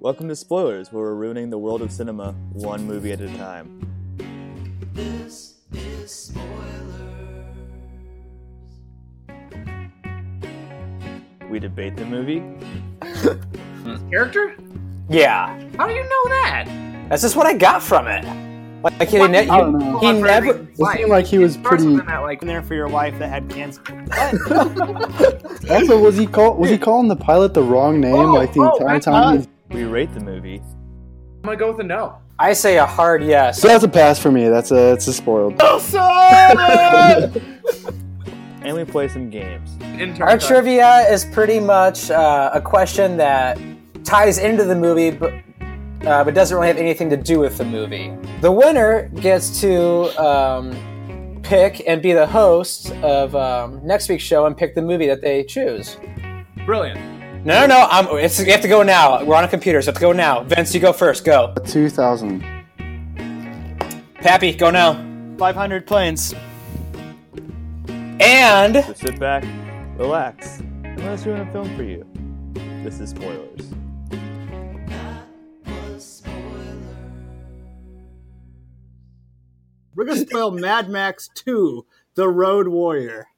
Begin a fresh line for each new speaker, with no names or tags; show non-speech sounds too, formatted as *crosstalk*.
Welcome to Spoilers, where we're ruining the world of cinema one movie at a time.
This is spoilers.
We debate the movie.
Character?
Yeah,
How do you know that?
that's just what I got from it. Like he, ne-
I don't know.
he never.
It seemed like he was pretty.
That, like,
there for your wife that had cancer.
Also, was he call was he calling the pilot the wrong name
Oh,
like the
oh,
entire
that's
time? he
us.
was-
We rate the movie.
I'm gonna go with a
*laughs*
no.
I say a hard yes.
So that's a pass for me. That's a that's a spoiled.
Oh.
And we play some games.
In terms
Our
of-
trivia is pretty much uh, a question that ties into the movie, but uh, but doesn't really have anything to do with the movie. The winner gets to um, pick and be the host of um, next week's show and pick the movie that they choose.
Brilliant.
No, no, no! I'm, it's, you have to go now. We're on a computer, so you have to go now. Vince, you go first. Go.
Two thousand.
Pappy, go now.
500 planes.
And
So sit back, relax, and let us ruin a film for you. This is Spoilers.
We're gonna spoil Mad Max 2, The Road Warrior.